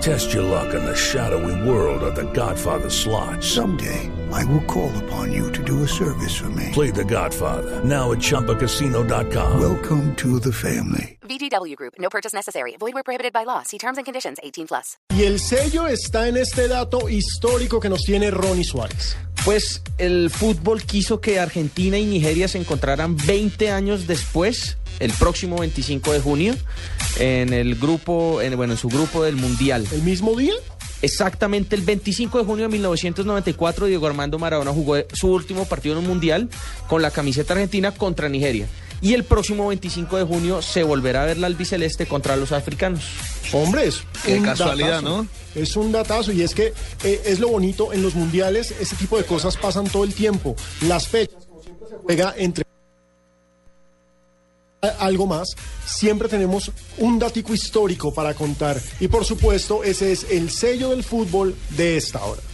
Test your luck in the shadowy world of The Godfather slot. Someday, I will call upon you to do a service for me. Play The Godfather now at ChumbaCasino.com. Welcome to the family. VGW Group. No purchase necessary. Void where prohibited by law. See terms and conditions. 18 plus. Y el sello está en este dato histórico que nos tiene Ronnie Suárez. Pues el fútbol quiso que Argentina y Nigeria se encontraran 20 años después, el próximo 25 de junio, en el grupo, en, bueno, en su grupo del Mundial. ¿El mismo día? Exactamente el 25 de junio de 1994, Diego Armando Maradona jugó su último partido en un mundial con la camiseta argentina contra Nigeria. Y el próximo 25 de junio se volverá a ver la albiceleste contra los africanos. Hombres, Qué casualidad, ¿no? Es un datazo y es que eh, es lo bonito en los mundiales, este tipo de cosas pasan todo el tiempo. Las fechas, como siempre se juega entre algo más, siempre tenemos un datico histórico para contar y por supuesto ese es el sello del fútbol de esta hora.